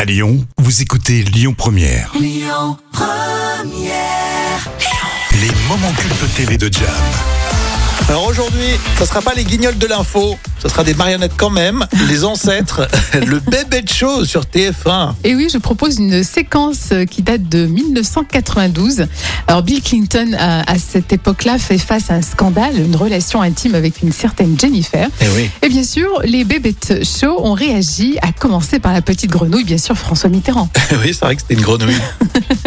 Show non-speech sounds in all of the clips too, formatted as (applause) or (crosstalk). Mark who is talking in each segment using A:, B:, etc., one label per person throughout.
A: À Lyon, vous écoutez Lyon Première. Les moments cultes TV de Jam.
B: Alors aujourd'hui, ça sera pas les guignols de l'info, ça sera des marionnettes quand même, les ancêtres, (laughs) le bébé de show sur TF1.
C: Et oui, je propose une séquence qui date de 1992. Alors Bill Clinton, euh, à, à cette époque-là, fait face à un scandale, une relation intime avec une certaine Jennifer.
B: Eh (laughs) oui.
C: Et bien sûr, les bébêtes chauds ont réagi, à commencer par la petite grenouille, bien sûr,
B: (laughs)
C: François Mitterrand.
B: Eh oui, c'est vrai que c'était une grenouille.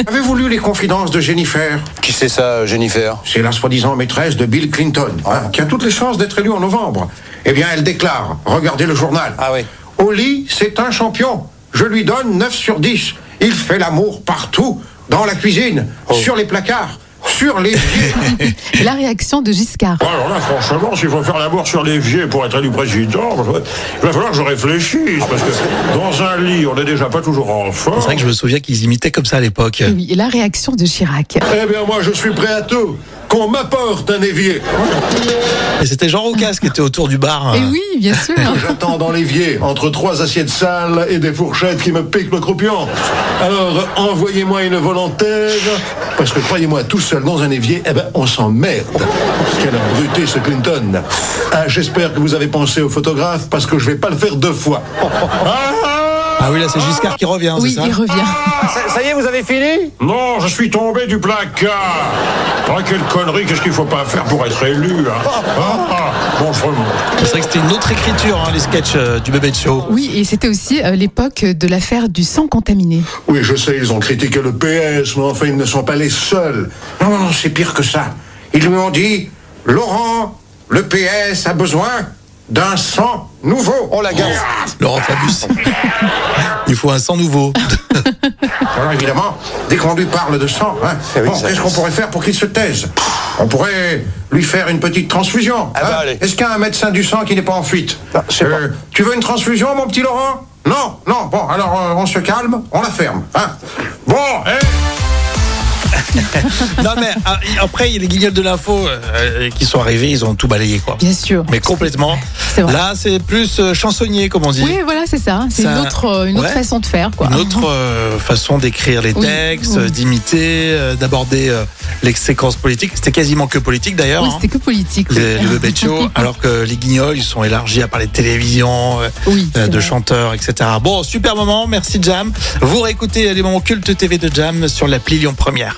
D: Avez-vous lu les confidences de Jennifer
E: Qui c'est ça, Jennifer
D: C'est la soi-disant maîtresse de Bill Clinton, hein, qui a toutes les chances d'être élue en novembre. Eh bien, elle déclare, regardez le journal.
E: Ah oui.
D: Oli, c'est un champion. Je lui donne 9 sur 10. Il fait l'amour partout, dans la cuisine,
E: Oh.
D: sur les placards, sur
E: (laughs)
D: les vies.
C: Et la réaction de Giscard.
F: Alors là, franchement, s'il faut faire l'amour sur l'évier pour être élu président, il va falloir que je réfléchisse, parce que dans un lit, on n'est déjà pas toujours en forme.
B: C'est vrai que je me souviens qu'ils imitaient comme ça à l'époque.
C: Et Eh oui, et la réaction de Chirac.
F: Eh bien, moi, je suis prêt à tout. Qu'on m'apporte un évier.
B: Et c'était Jean Roucas qui était autour du bar.
C: Et Eh oui,
B: (laughs)
C: bien sûr.
F: (laughs) J'attends dans l'évier, entre trois assiettes sales et des fourchettes qui me piquent le croupion. Alors, envoyez-moi une volontaire, parce que croyez-moi, tout seul dans un évier, eh ben, on s'emmerde. Quelle brutée, ce Clinton. Ah, j'espère que vous avez pensé au photographe, parce que je vais pas le faire deux fois.
B: Ah oui, là c'est Giscard qui revient,
C: Oui,
B: c'est ça
C: il revient.
E: ça, ça y est, vous avez fini
F: Non, je suis tombé du placard. Ah, quelle connerie, qu'est-ce qu'il faut pas faire pour être élu, hein. Ah, bon, je remonte.
B: C'est vrai que c'était une autre écriture, hein, les sketchs euh, du bébé de show.
C: Oui, et c'était aussi euh, l'époque de l'affaire du sang contaminé.
F: Oui, je sais, ils ont critiqué le PS, mais enfin, ils ne sont pas les seuls.
D: Non, non, non, c'est pire que ça. Ils lui ont dit, Laurent, le PS a besoin d'un sang nouveau.
E: Oh la gaffe
B: Laurent
C: (laughs)
B: Fabius. il faut un sang nouveau. (laughs)
D: Alors évidemment, dès qu'on lui parle de sang, hein,
E: Eh oui,
D: bon,
E: ça-
D: qu'est-ce qu'on pourrait faire pour qu'il se taise On pourrait lui faire une petite transfusion. hein.
E: Ah bah, allez.
D: Est-ce qu'il y a un médecin du sang qui n'est pas en fuite Euh,
E: je sais pas.
D: Tu veux une transfusion, mon petit Laurent Non, non, bon, alors euh, on se calme, on la ferme. hein. Bon, eh
B: non mais ah, après, les guignols de l'info euh, qui sont arrivés, ils ont tout balayé quoi.
C: Bien sûr.
B: Mais complètement.
C: C'est vrai.
B: Là, c'est plus euh, chansonnier, comme on dit.
C: Oui, voilà, c'est ça. C'est
B: Ça-
C: une autre, euh, une autre
B: Ouais.
C: façon de faire, quoi.
B: Une autre euh, façon d'écrire les
C: Oui,
B: textes,
C: oui.
B: euh, d'imiter, euh, d'aborder euh, les séquences politiques. C'était quasiment que politique d'ailleurs.
C: Oui,
B: hein.
C: c'était que politique.
B: Les- le bébé de
C: (laughs)
B: show, alors que les guignols, ils sont élargis à parler de télévision, euh,
C: Oui,
B: euh,
C: c'est
B: de
C: vrai.
B: chanteurs, etc. Bon, super moment, merci Jam. Vous réécoutez les moments cultes TV de Jam sur l'appli Lyon Première.